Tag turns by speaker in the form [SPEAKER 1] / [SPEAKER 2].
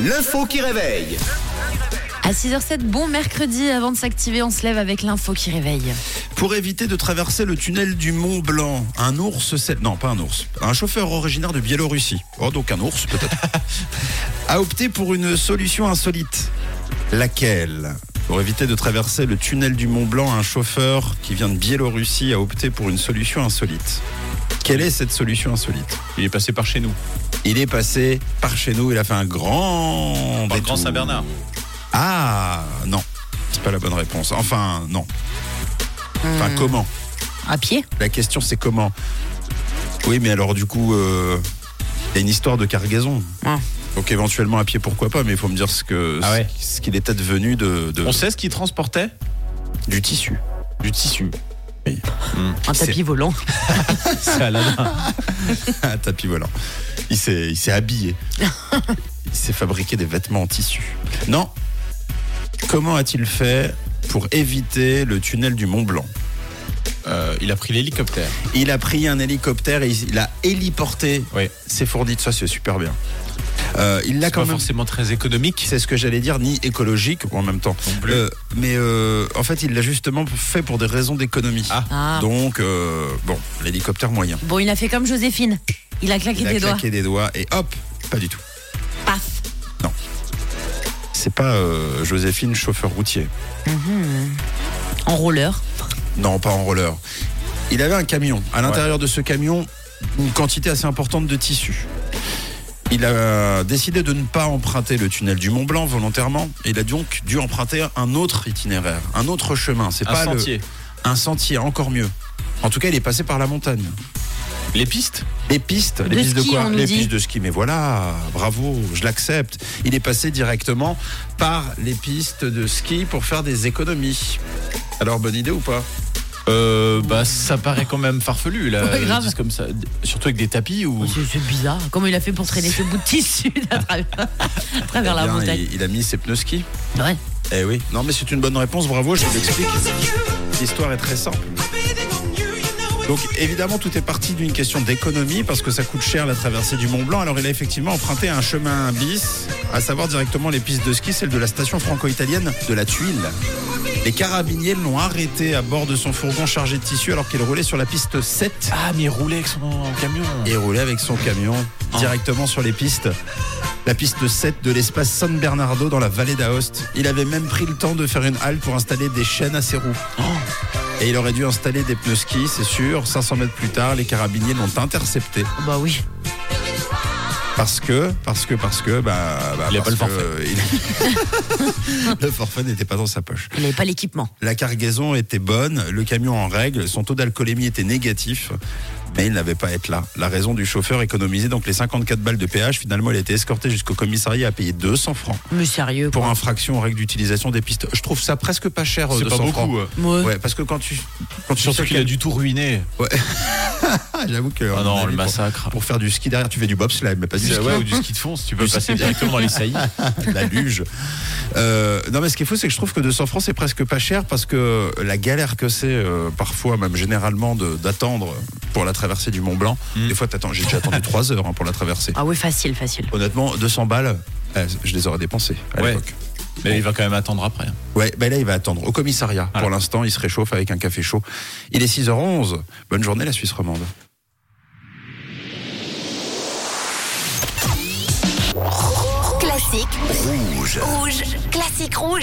[SPEAKER 1] L'info qui réveille.
[SPEAKER 2] À 6h07, bon mercredi. Avant de s'activer, on se lève avec l'info qui réveille.
[SPEAKER 3] Pour éviter de traverser le tunnel du Mont Blanc, un ours, s'est- non pas un ours, un chauffeur originaire de Biélorussie, oh, donc un ours peut-être, a opté pour une solution insolite. Laquelle Pour éviter de traverser le tunnel du Mont Blanc, un chauffeur qui vient de Biélorussie a opté pour une solution insolite. Quelle est cette solution insolite
[SPEAKER 4] Il est passé par chez nous,
[SPEAKER 3] Il est passé par chez nous, il a fait un grand.
[SPEAKER 4] par le Grand
[SPEAKER 3] détour.
[SPEAKER 4] Saint-Bernard.
[SPEAKER 3] Ah non, c'est pas la bonne réponse. Enfin non. Enfin comment
[SPEAKER 2] À pied
[SPEAKER 3] La question c'est comment Oui mais alors du coup, euh, il y a une histoire de cargaison.
[SPEAKER 2] Ah.
[SPEAKER 3] Donc éventuellement à pied pourquoi pas, mais il faut me dire ce que
[SPEAKER 4] Ah ouais.
[SPEAKER 3] ce qu'il est peut-être venu de, de-
[SPEAKER 4] On sait ce qu'il transportait
[SPEAKER 3] du tissu.
[SPEAKER 4] Du tissu.
[SPEAKER 2] Un
[SPEAKER 3] C'est-
[SPEAKER 2] tapis volant.
[SPEAKER 4] C'est Aladdin.
[SPEAKER 3] Un Ah, tapis volant. Il s'est il s'est habillé. il s'est fabriqué des vêtements en tissu. Non. Comment a-t-il fait pour éviter le tunnel du Mont Blanc
[SPEAKER 4] Euh, il a pris l'hélicoptère.
[SPEAKER 3] Il a pris un hélicoptère et il a héliporté
[SPEAKER 4] Oui.
[SPEAKER 3] ses fournites. Ça, c'est super bien. Euh, il l'a
[SPEAKER 4] C'est pas
[SPEAKER 3] quand même.
[SPEAKER 4] forcément très économique.
[SPEAKER 3] C'est ce que j'allais dire, ni écologique en même temps.
[SPEAKER 4] plus.
[SPEAKER 3] Euh, mais euh, en fait, il l'a justement fait pour des raisons d'économie.
[SPEAKER 4] Ah.
[SPEAKER 2] Ah.
[SPEAKER 3] Donc, euh, bon, l'hélicoptère moyen.
[SPEAKER 2] Bon, il a fait comme Joséphine. Il a claqué
[SPEAKER 3] Il a
[SPEAKER 2] des doigts.
[SPEAKER 3] claqué des doigts et hop, pas du tout.
[SPEAKER 2] Paf.
[SPEAKER 3] C'est pas euh, Joséphine, chauffeur routier.
[SPEAKER 2] En roller.
[SPEAKER 3] Non, pas en roller. Il avait un camion. À l'intérieur de ce camion, une quantité assez importante de tissu. Il a décidé de ne pas emprunter le tunnel du Mont Blanc volontairement. Il a donc dû emprunter un autre itinéraire, un autre chemin. C'est
[SPEAKER 4] Un
[SPEAKER 3] pas le-
[SPEAKER 4] sentier.
[SPEAKER 3] un sentier, encore mieux. En tout cas, il est passé par la montagne.
[SPEAKER 4] Les pistes
[SPEAKER 3] Les pistes, les
[SPEAKER 2] De
[SPEAKER 3] pistes
[SPEAKER 2] ski,
[SPEAKER 3] de quoi
[SPEAKER 2] on nous
[SPEAKER 3] Les
[SPEAKER 2] dit.
[SPEAKER 3] pistes de ski. Mais voilà, bravo, je l'accepte. Il est passé directement par les pistes de ski pour faire des économies. Alors, bonne idée ou pas
[SPEAKER 4] euh, bah, ça paraît quand même farfelu là,
[SPEAKER 2] Ouais, grave.
[SPEAKER 4] ils disent comme ça. surtout avec des tapis ou
[SPEAKER 2] Oh, C'est c'est bizarre. Comment il a fait pour traîner ce bout de tissu à travers, à travers la
[SPEAKER 3] Eh Bien,
[SPEAKER 2] montagne
[SPEAKER 3] il, il a mis ses pneus ski.
[SPEAKER 2] Ouais.
[SPEAKER 3] Eh oui. Non, mais c'est une bonne réponse, bravo, je vous l'explique. L'histoire est très simple. Donc évidemment, tout est parti d'une question d'économie parce que ça coûte cher la traversée du Mont Blanc. Alors il a effectivement emprunté un chemin bis, à savoir directement les pistes de ski, celle de la station franco-italienne de la Tuile. Les carabiniers l'ont arrêté à bord de son fourgon chargé de tissu alors qu'il roulait sur la piste 7
[SPEAKER 4] Ah, mais il roulait avec son camion.
[SPEAKER 3] et roulait avec son camion directement sur les pistes. La piste 7 de l'espace San Bernardo dans la vallée d'Aoste. Il avait même pris le temps de faire une halte pour installer des chaînes à ses roues. Et il aurait dû installer des pneus ski, c'est sûr. 500 mètres plus tard, les carabiniers l'ont intercepté.
[SPEAKER 2] Bah oui.
[SPEAKER 3] Parce que, parce que, parce que, bah. bah,
[SPEAKER 4] Il a
[SPEAKER 3] parce
[SPEAKER 4] pas le forfait.
[SPEAKER 3] que, il- le forfait n'était pas dans sa poche.
[SPEAKER 2] Il n'avait pas l'équipement.
[SPEAKER 3] La cargaison était bonne, le camion en règle, son taux d'alcoolémie était négatif, mais il n'avait pas à être là. La raison du chauffeur économisait donc les 54 balles de péage. Finalement, il a été escorté jusqu'au commissariat à payer 200 francs
[SPEAKER 2] Mais sérieux.
[SPEAKER 3] pour
[SPEAKER 2] quoi.
[SPEAKER 3] infraction aux règles d'utilisation des pistes. Je trouve ça presque pas cher,
[SPEAKER 4] C'est
[SPEAKER 3] 200
[SPEAKER 4] pas
[SPEAKER 3] francs.
[SPEAKER 4] beaucoup. euh.
[SPEAKER 2] Ouais.
[SPEAKER 3] Ouais, parce que quand tu. Quand tu
[SPEAKER 4] Surtout
[SPEAKER 3] sais
[SPEAKER 4] qu'il
[SPEAKER 3] que-
[SPEAKER 4] a du tout ruiné.
[SPEAKER 3] Ah, j'avoue que. à
[SPEAKER 4] Ah
[SPEAKER 3] mon
[SPEAKER 4] non,
[SPEAKER 3] avis,
[SPEAKER 4] le
[SPEAKER 3] pour-
[SPEAKER 4] massacre.
[SPEAKER 3] Pour faire du ski derrière, tu fais du bobsleigh, mais pas du
[SPEAKER 4] Du
[SPEAKER 3] ski.
[SPEAKER 4] ski- ouais, ou du ski de fond, si tu peux
[SPEAKER 3] Du
[SPEAKER 4] passer
[SPEAKER 3] ski-
[SPEAKER 4] directement dans les saillies.
[SPEAKER 3] la luge. Euh, non, mais ce qui est fou, c'est que je trouve que 200 francs, c'est presque pas cher parce que la galère que c'est, euh, parfois, même généralement, de- d'attendre pour la traversée du Mont Blanc.
[SPEAKER 4] Mm.
[SPEAKER 3] Des fois, t'attends, j'ai déjà attendu 3 heures hein, pour la traversée.
[SPEAKER 2] Ah oui, facile, facile.
[SPEAKER 3] Honnêtement, 200 balles, euh, je les aurais dépensées à
[SPEAKER 4] Ouais.
[SPEAKER 3] l'époque.
[SPEAKER 4] Mais il va quand même attendre après.
[SPEAKER 3] Ouais, ben là, il va attendre au commissariat.
[SPEAKER 4] Voilà.
[SPEAKER 3] Pour l'instant, il se réchauffe avec un café chaud. Il est 6h11. Bonne journée, la Suisse romande.
[SPEAKER 5] Classique. Rouge. Rouge. Classique rouge.